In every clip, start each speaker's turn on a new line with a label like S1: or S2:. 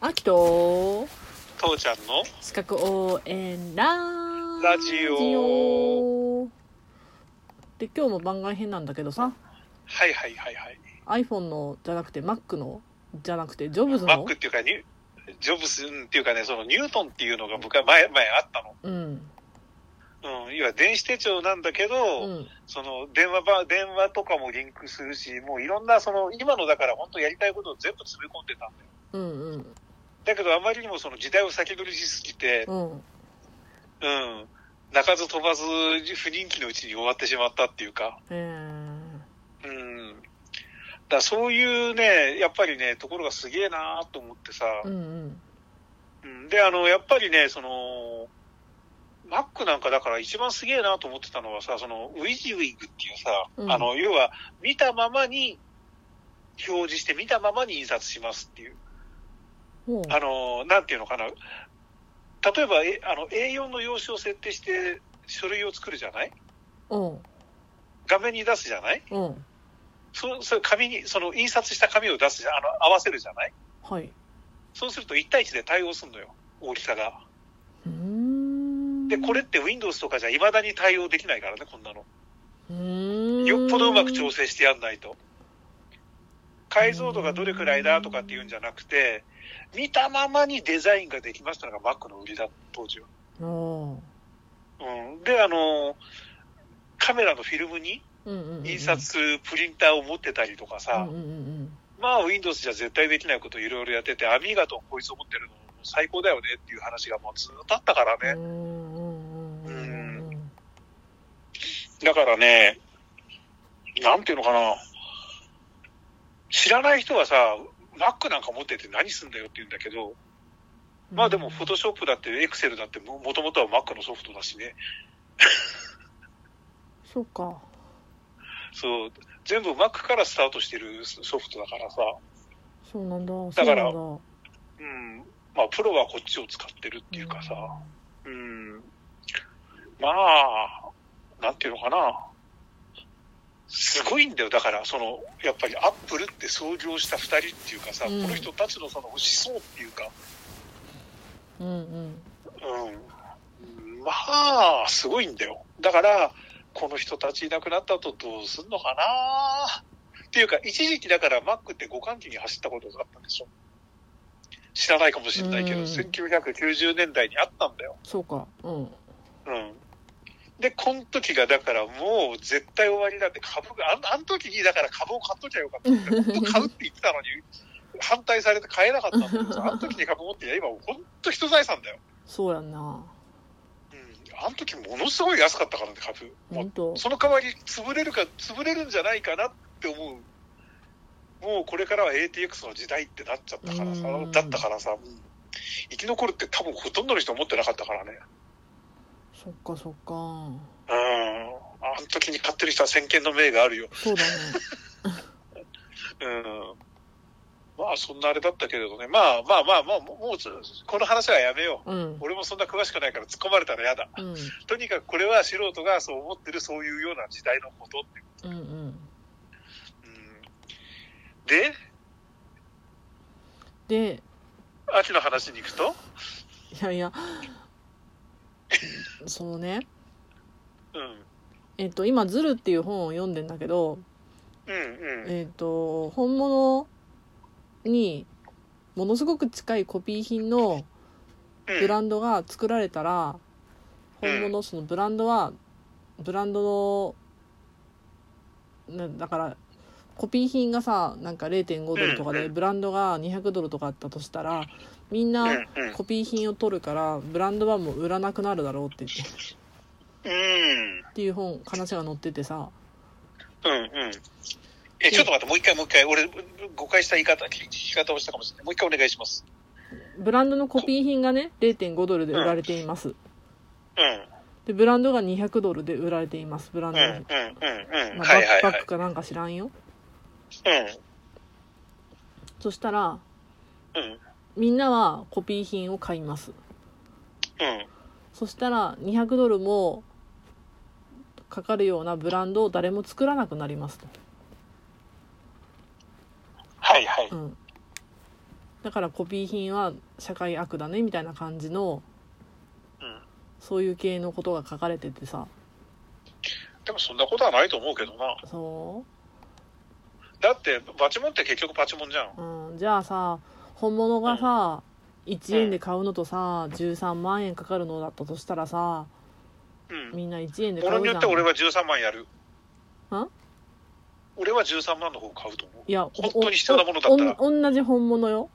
S1: アキト
S2: 父ちゃんの
S1: 資格応援ラ
S2: ラジオ
S1: で今日も番外編なんだけどさ
S2: はいはいはいはい
S1: iPhone のじゃなくて Mac のじゃなくてジョブズ
S2: マ
S1: の
S2: ックっていうかニュジョブスうんっていうかねそのニュートンっていうのが僕は前前あった
S1: うん
S2: の、うん、いわ電子手帳なんだけど、
S1: うん
S2: その電話ば電話とかもリンクするしもういろんなその今のだから本当やりたいことを全部詰め込んでたんだよ
S1: うんうん
S2: だけどあまりにもその時代を先取りしすぎて
S1: うん
S2: うん鳴かず飛ばず不人気のうちに終わってしまったっていうか
S1: へえ
S2: うんだからそういうね、やっぱりね、ところがすげえなーと思ってさ、
S1: うんうん
S2: うんで、あの、やっぱりね、その、Mac なんかだから一番すげえなと思ってたのはさ、その、ウィジウィグっていうさ、
S1: うん
S2: あの、要は、見たままに表示して、見たままに印刷しますっていう。
S1: ほう
S2: あの、なんていうのかな。例えば、えあの、A4 の用紙を設定して、書類を作るじゃない
S1: うん
S2: 画面に出すじゃない
S1: うん
S2: そそれ紙に、その印刷した紙を出すじゃん、あの、合わせるじゃない
S1: はい
S2: そうすると1対1で対応するのよ、大きさが。
S1: うーん
S2: で、これって Windows とかじゃ未だに対応できないからね、こんなの。
S1: うーん
S2: よっぽどうまく調整してやんないと。解像度がどれくらいだとかっていうんじゃなくて、見たままにデザインができましたのが Mac の売りだ、当時は。
S1: おー
S2: うん。で、あの、カメラのフィルムに
S1: うんうんうんうん
S2: 印刷するプリンターを持ってたりとか
S1: うん
S2: さ
S1: う、んうん
S2: まあ Windows じゃ絶対できないこといろいろやってて、アミーガとこいつを持ってるの最高だよねっていう話がもうずっとあったから
S1: う
S2: ね。
S1: んうんうんうんうんうん
S2: だからね、なんていうのかな、知らない人はさ、Mac なんか持ってて何すんだよって言うんだけど、まあでも、フォトショップだって、Excel だっても、もともとは Mac のソフトだしね、
S1: そうか
S2: そう、全部 Mac からスタートしてるソフトだからさ、
S1: そうなんだ
S2: だか
S1: そ
S2: ら
S1: うなんだ
S2: うん、まあ、プロはこっちを使ってるっていうかさ、うん、まあ、なんていうのかな、すごいんだよ、だから、その、やっぱりアップルって創業した2人っていうかさ、
S1: うん
S2: この人たちのその思想っていうか、
S1: うんうん
S2: うん、まあ、すごいんだよ。だから、この人たちいなくなった後どうすんのかなっていうか、一時期だから Mac って互換機に走ったことがあったんでしょ。知らないかもしれないけど、
S1: うん
S2: 1990年代にあったんだよ。
S1: そうかうん
S2: うん。で、この時が、だからもう絶対終わりだって、株が、あんあの時にだから株を買っときゃよかったんだよ。本当買うって言ってたのに、反対されて買えなかったんだけ どさ、あの時に株持ってりゃ今、本当人財産だよ。
S1: そうやんな
S2: うん。あの時ものすごい安かったからね、株。も
S1: 本当
S2: うその代わり潰れるか、潰れるんじゃないかなって思う。もうこれからは ATX の時代ってなっちゃったからさ
S1: うん、
S2: だったからさ、うん生き残るって多分ほとんどの人思ってなかったからね。
S1: そっかそっか
S2: うん。あの時に買ってる人は先見の明があるよ。
S1: そうだね
S2: うん。まあ、そんなあれだったけれどね。まあまあまあまあ、もうもうちょ、この話はやめ よう。
S1: うん
S2: 俺もそんな詳しくないから突っ込まれたら嫌だ。
S1: うん
S2: とにかくこれは素人がそう思ってるそういうような時代のことって。
S1: うんうん
S2: うん。で、
S1: で
S2: 秋の話に行くと、
S1: いやい やそうね
S2: うん。
S1: えっと今「ズル」っていう本を読んでんだけど
S2: うんうん。
S1: えっと本物にものすごく近いコピー品の
S2: うん
S1: ブランドが作られたら、
S2: うん
S1: 本物そのブランドはブランドのなだからコピー品がさなんか0.5ドルとか
S2: うん
S1: で
S2: うん
S1: ブランドが200ドルとかあったとしたらみん
S2: う
S1: なん
S2: うん。
S1: コピー品を取るからブランドはもう売らなくなるだろうって言って
S2: うん。
S1: っていう本話が載っててさ
S2: うんうん。え、ちょっと待って、もう一回もう一回、俺、誤解した言い方、聞き方をしたかもしれない。もう一回お願いします。
S1: ブランドのコピー品がね0.5ドルで売られています
S2: うん。
S1: でブランドが200ドルで売られていますブラン
S2: うん
S1: ド
S2: うん
S1: の、
S2: うんうん。
S1: まあ
S2: はいはい
S1: バックパ
S2: は
S1: ックかなんか知らんよ
S2: い。
S1: そしたら
S2: うんうん
S1: みんなはコピー品を買います
S2: うん。
S1: そしたら200ドルもかかるようなブランドを誰も作らなくなりますと、
S2: はいはい。
S1: うん、だからコピー品は社会悪だねみたいな感じの
S2: うん。
S1: そういう系のことが書かれててさ
S2: でもそんなことはないと思うけどな。
S1: そ
S2: だって、バチモンって結局パチモンじゃん。
S1: う、うん、じゃあさ本物がさ1円で買うのとさ13万円かかるのだったとしたらさ
S2: うん。
S1: みんな1円で買
S2: もの
S1: う
S2: に
S1: じゃ
S2: よ
S1: ん
S2: って俺は13万やる。
S1: ん
S2: 俺は13万の方買うと思う。
S1: いや
S2: 本当に必要なものだったら
S1: おん同じ本物よ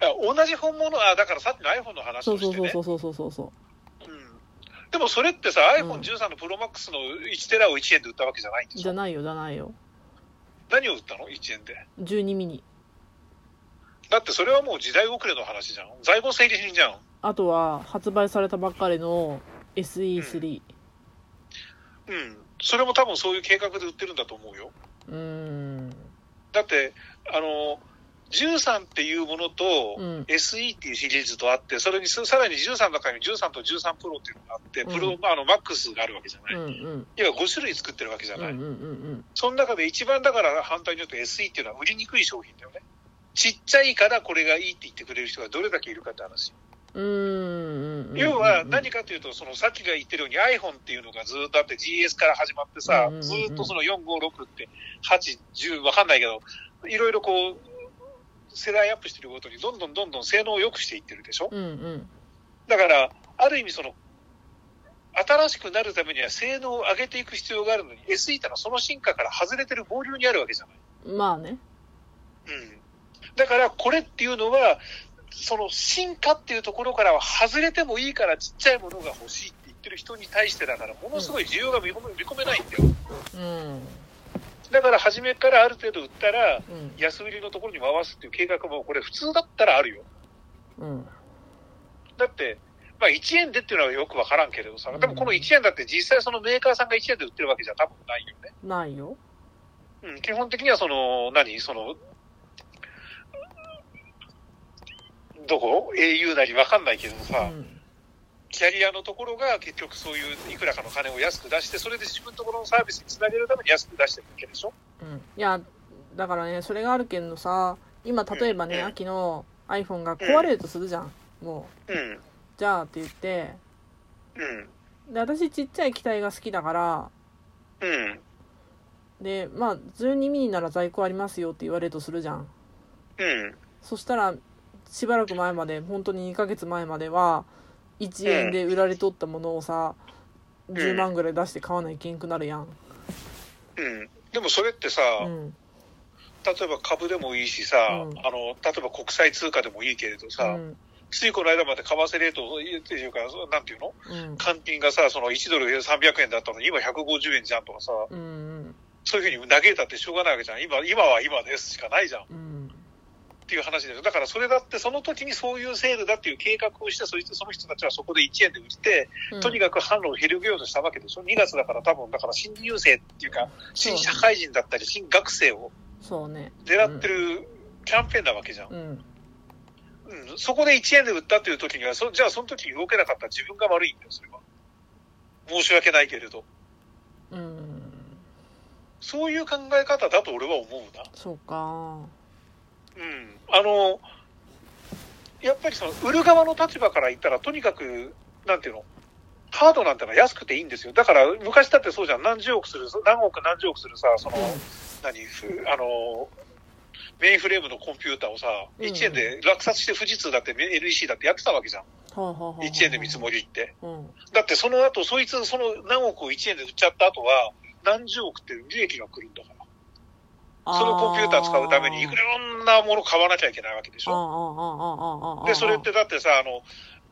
S2: いや同じ本物、あ、だからさっきの iPhone の話
S1: そ
S2: を
S1: う
S2: して
S1: そ
S2: ね。
S1: うそうそうそうそうそうそ
S2: うんでもそれってさ、
S1: うん
S2: iPhone13 の ProMax の1テラを1円で売ったわけじゃないん
S1: う
S2: でし
S1: じゃ
S2: ょ
S1: ないよじゃないよ
S2: 何を売ったの ?1 円で。
S1: 12ミニ
S2: だってそれはもう時代遅れの話じゃん。在庫整理品じゃん。
S1: あとは発売されたばっかりの SE3
S2: うん。それも多分そういう計画で売ってるんだと思うよ。
S1: うーん
S2: だって、あの、13っていうものと、
S1: うん
S2: SE っていうシリーズとあって、それにすさらに13の中に13と13プロっていうのがあって、
S1: うん
S2: プロ、あの、MAX があるわけじゃな
S1: う
S2: い。
S1: んうん
S2: いや、5種類作ってるわけじゃ
S1: うんう
S2: ない。
S1: んうん
S2: その中で一番だから反対に言うと SE っていうのは売りにくい商品だよね。ちっちゃいからこれがいいって言ってくれる人がどれだけいるかって話。
S1: うんうんうん
S2: 要は何かというと、そのさっきが言ってるように iPhone っていうのがずっとあって GS から始まってさ
S1: うんうんう、ん
S2: ずっとその4、5、6って8、10わかんないけど、いろいろこう、世代アップしてるごとにどんどんどんどん性能を良くしていってるでしょ
S1: うんうん
S2: だから、ある意味その、新しくなるためには性能を上げていく必要があるのに SE ってのはその進化から外れてる合流にあるわけじゃない。
S1: まあね
S2: うんだからこれっていうのは、その進化っていうところからは外れてもいいからちっちゃいものが欲しいって言ってる人に対してだから、ものすごい需要が見込め見込めないんだよ。
S1: うん
S2: だから初めからある程度売ったら、
S1: うん
S2: 安売りのところに回すっていう計画も、これ普通だったらあるよ。
S1: うん
S2: だって、まあ1円でっていうのはよくわからんけれどさ、でもこの1円だって実際そのメーカーさんが1円で売ってるわけじゃ多分ないよね。
S1: ないよ
S2: うん、基本的にはその、何その、どこ ?au なりわかんないけど
S1: う
S2: さ、
S1: ん
S2: キャリアのところが結局そういういくらかの金を安く出して、それで自分のところのサービスにつなげるために安く出してるわけでしょ
S1: うんいやだからねそれがあるけんのさ今例えば
S2: う
S1: ね
S2: ん
S1: 秋の iPhone が壊れるとするじゃんもう
S2: うん。
S1: じゃあって言って
S2: うん。
S1: で私ちっちゃい機体が好きだから
S2: うん。
S1: でまあ12ミリなら在庫ありますよって言われるとするじゃん
S2: うん。
S1: そしたらしばらく前まで本当に2ヶ月前までは1円で売られとったものをさ10万ぐらい出して買わないけんくなるやん
S2: うん。でもそれってさ、
S1: うん
S2: 例えば株でもいいしさ、
S1: うん
S2: あの、例えば国際通貨でもいいけれど
S1: う
S2: さ、
S1: ん
S2: ついこの間まで為替レートを言っていうか、なんていうの
S1: うん
S2: 換金がさ、その1ドル300円だったのに今150円じゃんとかさ、
S1: うん
S2: そういうふうに嘆いたってしょうがないわけじゃん。今、今は今ですしかないじゃんっ
S1: うん
S2: ていう話でしょ。だからそれだって、その時にそういうセールだっていう計画をして、そいつその人たちはそこで1円で売って、とに
S1: か
S2: かく販路を広げようとしたわけでしょ。2月だから多分、だから新入生っていうか、
S1: そう
S2: 新社会人だったり、新学生
S1: く
S2: を
S1: そうね
S2: 狙ってるキャンペーンなわけじゃん。
S1: うん
S2: うん。そこで1円で売ったっていう時には、そじゃあその時に動けなかったら自分が悪いんだよ、それは。申し訳ないけれど。
S1: うん
S2: そういう考え方だと俺は思うな。
S1: そうか
S2: うん、あのやっぱりその売る側の立場から言ったら、とにかく、なんていうの、ハードなんてのは安くていいんですよ、だから昔だってそうじゃん、何十億する、何億、何十億するさ、その、何ふあの、メインフレームのコンピューターをさ、
S1: うん
S2: 1円で落札して富士通だって、LEC だってやってたわけじゃん、
S1: はあはあはあはあ
S2: 1円で見積もりって。
S1: うん
S2: だってその後そいつ、その何億を1円で売っちゃった後は、何十億って利益が来るんだから、そのコンピューター使うために、いくらいろんなもの買わなきゃいけないわけでし
S1: あー
S2: ょ
S1: あ。ーあーあーあーあーあー
S2: で、それってだってさ、あの、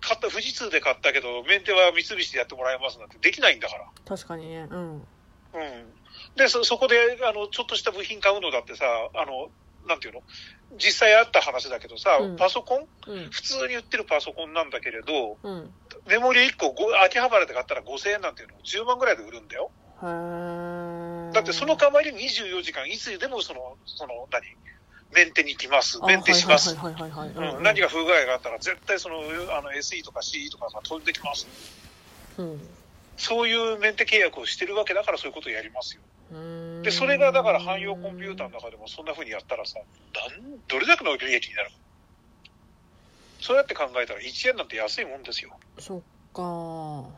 S2: 買った、富士通で買ったけど、メンテは三菱でやってもらえますなんてできないんだから。
S1: 確かにねうん
S2: うん。で、そ、そこで、あの、ちょっとした部品買うのだってさ、あの、なんていうの実際あった話だけどさ、
S1: うん
S2: パソコン
S1: うん
S2: 普通に売ってるパソコンなんだけれど、
S1: うん
S2: メモリ1個、ご秋葉原で買ったら5000円なんていうのを10万ぐらいで売るんだよ。
S1: へえ
S2: だってその代わり24時間、いつでもその、その、何メンテに来ます、メンテします。
S1: はいはいはいはいはいはい
S2: うん、何が不具合があったら、絶対その、あの、SE とか CE とかさ、飛んできます。
S1: うん
S2: そういうメンテ契約をしてるわけだから、そういうことをやりますよ。
S1: うーん
S2: で、それがだから汎用コンピューターの中でもそんな風にやったらさ、なんどれだけの利益になるか。そうやって考えたら1円なんて安いもんですよ。
S1: そっか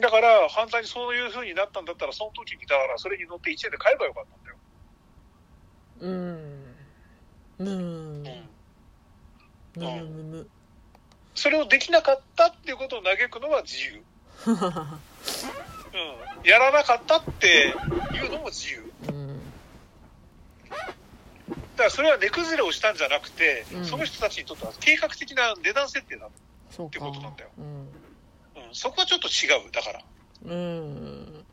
S2: だから、反対にそういう風になったんだったら、その時に、だからそれに乗って1円で買えばよかったんだよ。
S1: うんうんむむむむ
S2: それをできなかったっていうことを嘆くのは自 由。うん。やらなかったっていうのも自由。
S1: うん
S2: だからそれは値崩れをしたんじゃなくて、
S1: うん
S2: その人たちにとっては計画的な値段設定だ。
S1: そう
S2: て
S1: か
S2: ことなんだよ
S1: うん
S2: うん。そこはちょっと違う。だから。
S1: うん
S2: うん。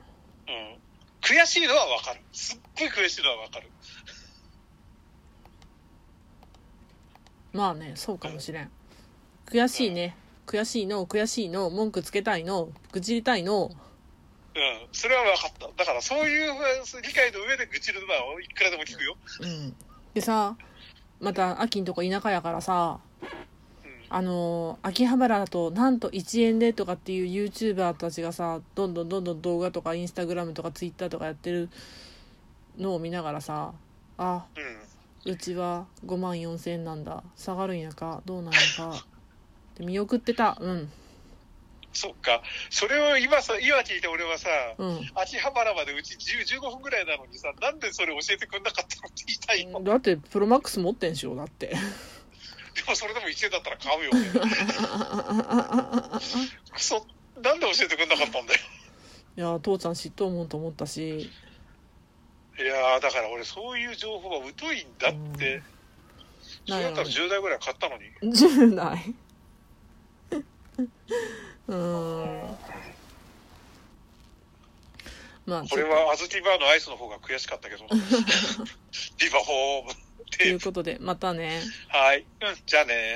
S2: 悔しいのはわかる。すっごい悔しいのはわかる。
S1: まあねそうかもしれん悔しいね悔しいの悔しいの文句つけたいの愚痴りたいの
S2: うん。それはわかった。だからそういう理解の上で愚痴るのはいくらでも聞くよ。
S1: うんでさまた秋んとこ田舎やからさ
S2: うん。
S1: あのー秋葉原だとなんと1円でとかっていう YouTuber たちがさどんどんどんどん動画とかインスタグラムとか Twitter とかやってるのを見ながらさあ
S2: うん。
S1: うちは5万4000円なんだ下がるんやかどうなんやかで見送ってたうん
S2: そっか。それを今さ、今聞いて俺はさ、
S1: うん
S2: 秋葉原までうち10、15分ぐらいなのにさ、なんでそれ教えてくれなかったのって言いたいよ。
S1: だってプロマックス持ってんしょだ って
S2: でもそれでも1円だったら買 うよ。俺クソ、なんで教えてくれなかったんだよ。
S1: いやー父ちゃん嫉妬もんと思ったし
S2: いやー、だから俺そういう情報は疎いんだって。そ
S1: な
S2: れ
S1: る
S2: だっ
S1: ほ
S2: た
S1: ど
S2: ら10台ぐらい買ったのに。
S1: 10代 うーんまあ
S2: これは小豆バーのアイスの方が悔しかったけど。ビバホーム。
S1: ということでまたね
S2: はい。うん、じゃあね